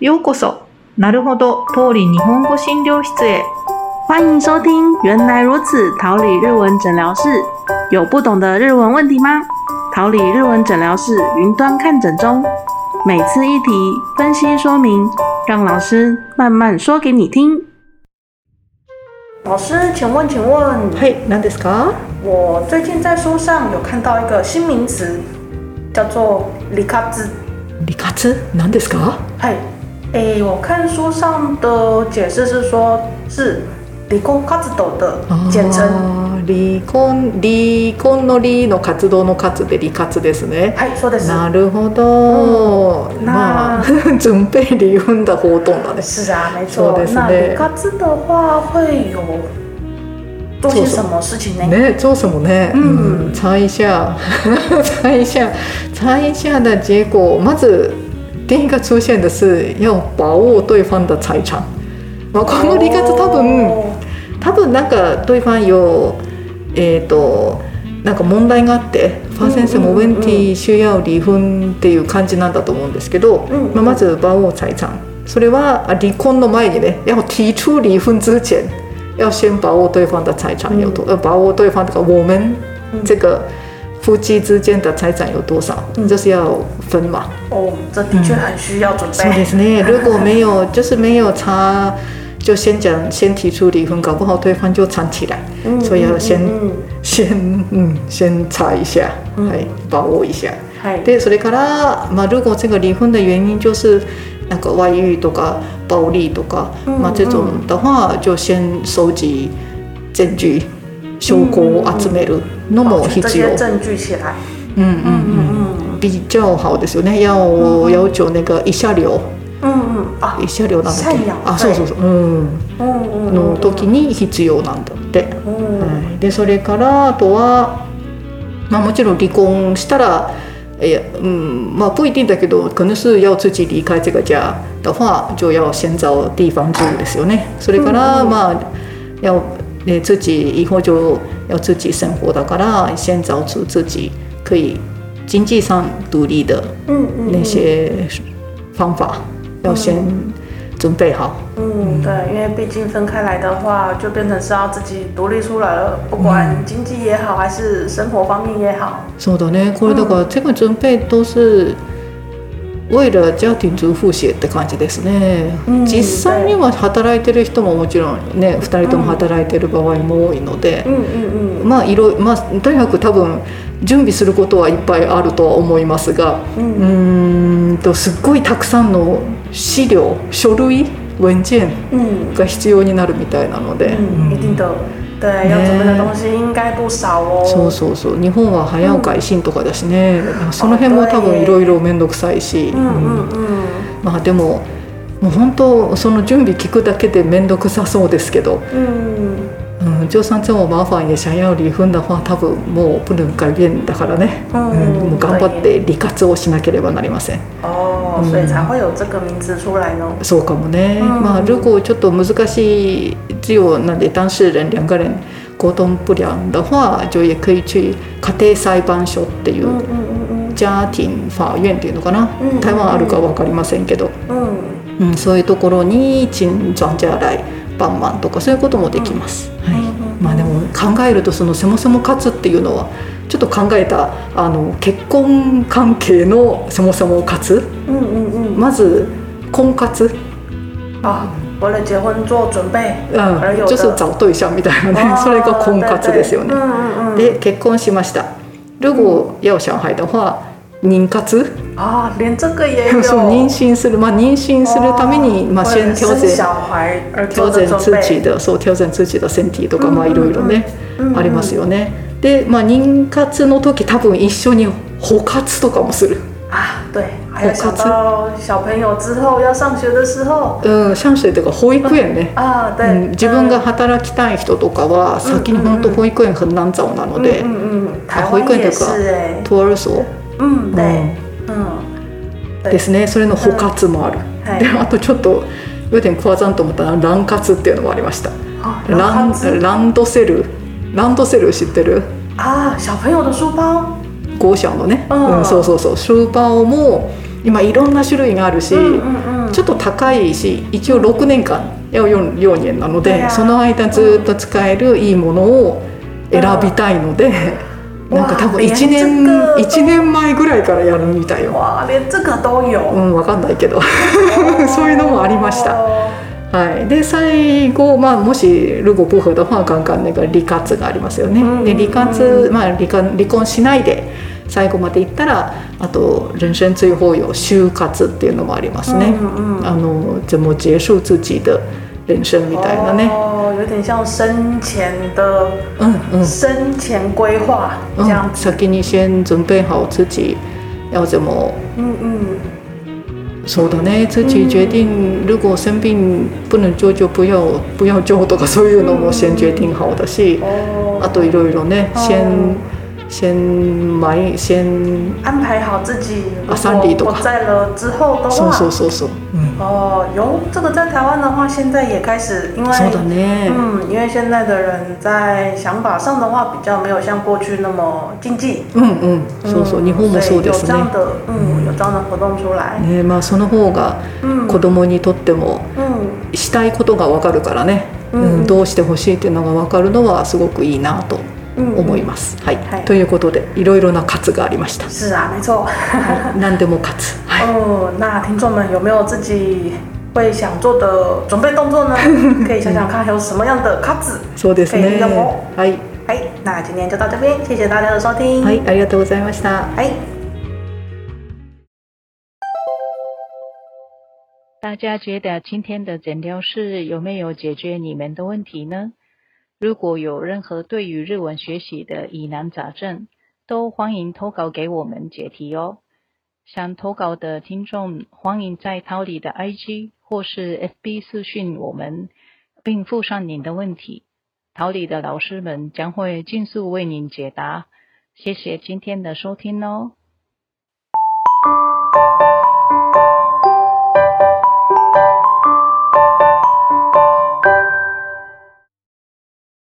ようこそ、なるほど、通り日本語診療室へ。欢迎收听《原来如此》桃李日文诊疗室。有不懂的日文问题吗？桃李日文诊疗室云端看诊中，每次一题分析说明，让老师慢慢说给你听。老师，请问，请问，はい、何ですか我最近在书上有看到一个新名词，叫做“理卡兹”。理活何ですか嗨，诶，我看书上的解释是说，是理工卡兹斗的哦简称。あー離婚、離婚の離の活動の活で離活ですね。はい、そうです。なるほど。んまあな、 準備理読んだ方とんだね。是啊，没そう错で。すね那理卡兹的话会有做些什么事情呢？ね、調査もね、うんうん、最初、 最初、最初的结果、まず第一个出现的是要保护对方的财产。まあ、この理活多分。多分なんか对方有えー、となんか問題があってファー先生もうんうんうん問題需要離婚っていう感じなんだと思うんですけど、うんうんまあ、まず馬王財産それはあ離婚の前にね要提出離婚之前要先把握对方的财产有多、呃把握对方这个我们嗯这个夫妻之间的财产有多少，嗯就是要分嘛。哦，这的确很需要准そうで备。すね。如果没有，就是没有查，就先讲，先提出离婚，搞不好对方就藏起来，嗯所以要先、嗯先嗯先查一下，嗯はい、把握一下。嗯嗨，でそれから、まあ、如果这个离婚的原因就是なんか外遇とか暴力とか、嗯まあ、这种的话就先收集证据、啊証拠嗯を集めるのも保存必哦这要些。证据起来。嗯嗯嗯，嗯比较好ですよね。要要求那个一下流。嗯嗯嗯啊，慰謝料なんだっ慰謝け料あそうそうそう、うん、嗯嗯嗯の時に必要なんだって、嗯はい、でそれからあとは、まあ、もちろん離婚したらいや嗯，まあ不一定だけど、可能是要自己离开这个家的话，就要先找地方住ですよね。それから、まあ要え自己以后就要自己生活だから、先找出自己可以经济上独立的嗯嗯那些方法，要先准备好。嗯，对，因为毕竟分开来的话，就变成是要自己独立出来了，不管经济也好，还是生活方面也好。そうだね。これだから、这个准备都是为了家庭主婦写って感じですね。うん実際には働いてる人ももちろんね、二人とも働いてる場合も多いので、嗯嗯まあいろいまあとにかく多分準備することはいっぱいあるとは思いますが、ううーんとすっごいたくさんの資料、書類、文件嗯嗯が必要になるみたいなので。嗯，一定的，对，要准备的东西应该不少哦。そうそうそう日本は早う改新とかだしね、その辺も多分いろいろ面倒くさいし、嗯嗯嗯まあでももう本当その準備聞くだけで面倒くさそうですけど、嗯うん、就算这么麻烦也想要离婚的话多分もう不能改变だからね、嗯うんもう頑張って離活をしなければなりません哦，所以才会有这个名字出来呢。そうかもね、うんまあ如果ちょっと難しい字をなんで当事人两个人沟通不良的话就也可以去家庭裁判所っていう、嗯嗯嗯家庭法院っていうのかな、うん台湾あるか分かりませんけど、嗯嗯，うん、そういうところに陳残じゃ来バンマンとかそういうこともできます、はいうんまあでも考えるとそのせもせも勝つっていうのはちょっと考えたあの結婚関係のせもせも勝つ嗯嗯まず婚活、嗯啊，为了结婚做准备うあれん、よ就是找对象みたいなね哦それが婚活ですよね对对嗯嗯で結婚しました如果要小孩的话妊活嗯啊，连这个也有。そう妊娠する、まあ、妊娠するために、まあ、为先了調生整小孩而調做的整准自己备。的そう調整自己的身体とか、まあ、うんいうんろうんいろね、うんうんありますよね。で、まあ、妊活の時多分一緒に補活とかもする。啊，对，还有想到小朋友之后要上学的时候うん、シャンシェとか保育園ね。啊，う对，ん、自分が働きたい人とかは先に本当保育園很難找なので、嗯嗯嗯，台回湾馈的也歌是哎，トワルソ嗯ー、对，う嗯，ん、ですね。それの補活もある。は いで、あとちょっと有点夸張と思ったら卵活っていうのもありました。好，ラ然后ンランドセルランドセル知ってる啊，小朋友的书包，ゴーシャンのね、うんうんそうそうそうスーパーも今いろんな種類があるし、嗯嗯嗯，ちょっと高いし一応6年間要用4年なのいで、やーその間ずっと使えるいいものを選びたいので、うんなんか多わ分ー1年連続一年前ぐらいからやるみたいよ。哇，连这个都有，うん、わかんないけ どそういうのもありました。哦。はい、で最後、まあ、もし如果不和的话刚刚那个離活がありますよね、うんで離活、まあ、離婚離婚しないで最後までいったらあと人生追放有終活っていうのもありますね、嗯あの怎么结束自己的人生みたいなね、哦，有点像生前的うんうん生前规划う这样ん、子。先に先準備好自己要怎么嗯嗯，そうだね自己决定、如果生病不能做就不要不要做とかそういうのも先決定好だし、あ哦，といろいろね、うん先先埋先安排好自己，啊三里如多果吧不在了之后的そうそう话，そうそう、哦，有这个在台湾的话，现在也开始，因为そうだね、嗯，因为现在的人在想法上的话，比较没有像过去那么禁忌。うん、うんそうそう日本もそう所以で有す这ね。样的，嗯，有这样的活动出来，ねまあその方が嗯子供にとっても嗯，したいことがわかるからね、ううんんどうしてほしいっていうのがわかるのはすごくいいなと嗯思います。はい、はいということでいろいろな活がありました。是啊，没错。はい、何でも活。はい哦，那听众们有没有自己会想做的准备动 作呢？可以想想看有什么样的卡子。そうですはいね。どうもはい、哎，那今天就到这边，谢谢大家的收听。はい、ありがとうございました。哎大家觉得今天的诊疗室有没有解决你们的问题呢？如果有任何对于日文学习的疑难杂症，都欢迎投稿给我们解题哦。想投稿的听众，欢迎在桃李的 IG 或是 FB 私讯我们，并附上您的问题。桃李的老师们将会尽速为您解答。谢谢今天的收听哦。